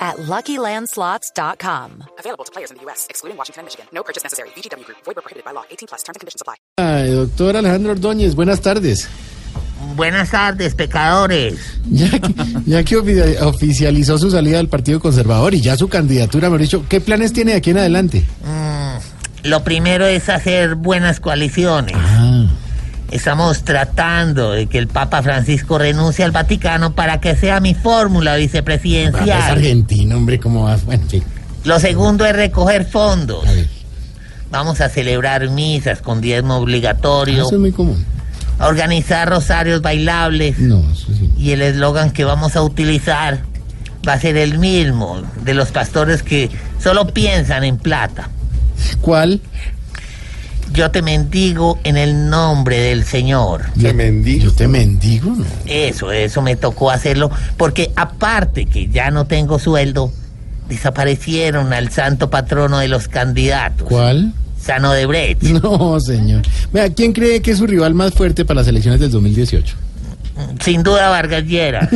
at LuckyLandSlots.com. Available to players in the U.S., excluding Washington and Michigan. No purchase necessary. VGW Group. Void where prohibited by law. 18 plus. Terms and conditions apply. Ay, doctor Alejandro Ordóñez, buenas tardes. Buenas tardes, pecadores. Ya que, ya que ofi- oficializó su salida del Partido Conservador y ya su candidatura, Mauricio, ¿qué planes tiene de aquí en adelante? Ah, Lo primero es hacer buenas coaliciones. Estamos tratando de que el Papa Francisco renuncie al Vaticano para que sea mi fórmula Papá, es vicepresidencial. pues, argentino, hombre, ¿cómo va? Bueno, en fin, Lo segundo es recoger fondos. a ver. Vamos a celebrar misas con diezmo obligatorio, Ah, Eso es muy común. a organizar rosarios bailables No, eso sí. y el eslogan que vamos a utilizar va a ser el mismo de los pastores que solo piensan en plata. ¿Cuál? Yo te mendigo en el nombre del Señor. Yo, mendigo. Yo te mendigo, no. Eso, eso me tocó hacerlo, porque aparte que ya no tengo sueldo, desaparecieron al santo patrono de los candidatos, ¿Cuál? San Odebrecht. No, señor. Vea, ¿quién cree que es su rival más fuerte para las elecciones del 2018? Sin duda Vargas Lleras.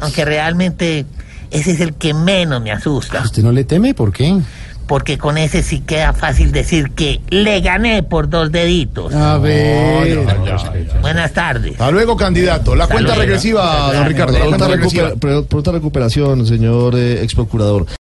Aunque realmente ese es el que menos me asusta, ¿Usted no le teme? ¿Por qué? porque con ese sí queda fácil decir que le gané por dos deditos. A ver. Buenas tardes. Hasta luego, candidato. La Hasta cuenta luego. regresiva, don Ricardo. La cuenta regresiva. Pronta recuperación, señor eh, ex procurador.